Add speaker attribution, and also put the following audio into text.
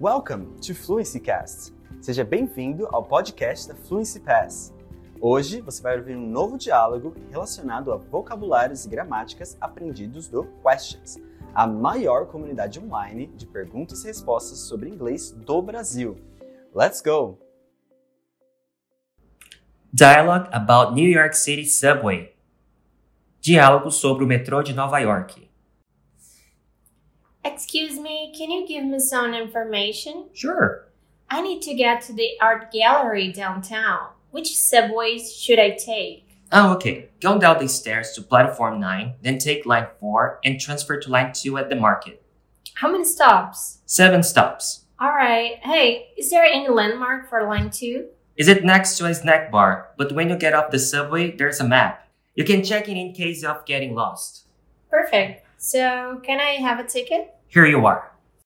Speaker 1: Welcome to Fluency Cast. Seja bem-vindo ao podcast da Fluency Pass. Hoje você vai ouvir um novo diálogo relacionado a vocabulários e gramáticas aprendidos do Questions, a maior comunidade online de perguntas e respostas sobre inglês do Brasil. Let's go!
Speaker 2: Dialogue about New York City subway. Diálogo sobre o metrô de Nova York.
Speaker 3: Excuse me, can you give me some information?
Speaker 2: Sure.
Speaker 3: I need to get to the art gallery downtown. Which subways should I take?
Speaker 2: Oh, okay. Go down the stairs to platform 9, then take line 4 and transfer to line 2 at the market.
Speaker 3: How many stops?
Speaker 2: 7 stops.
Speaker 3: Alright, hey, is there any landmark for line 2?
Speaker 2: Is it next to a snack bar? But when you get off the subway, there's a map. You can check it in case of getting lost.
Speaker 3: Perfect. So, can I have a ticket?
Speaker 2: Here you are.